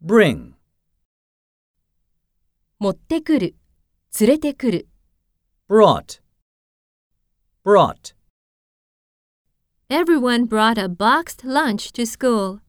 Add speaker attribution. Speaker 1: bring,
Speaker 2: 持ってくる、連れてくる。
Speaker 1: brought, brought.
Speaker 2: Everyone brought a boxed lunch to school.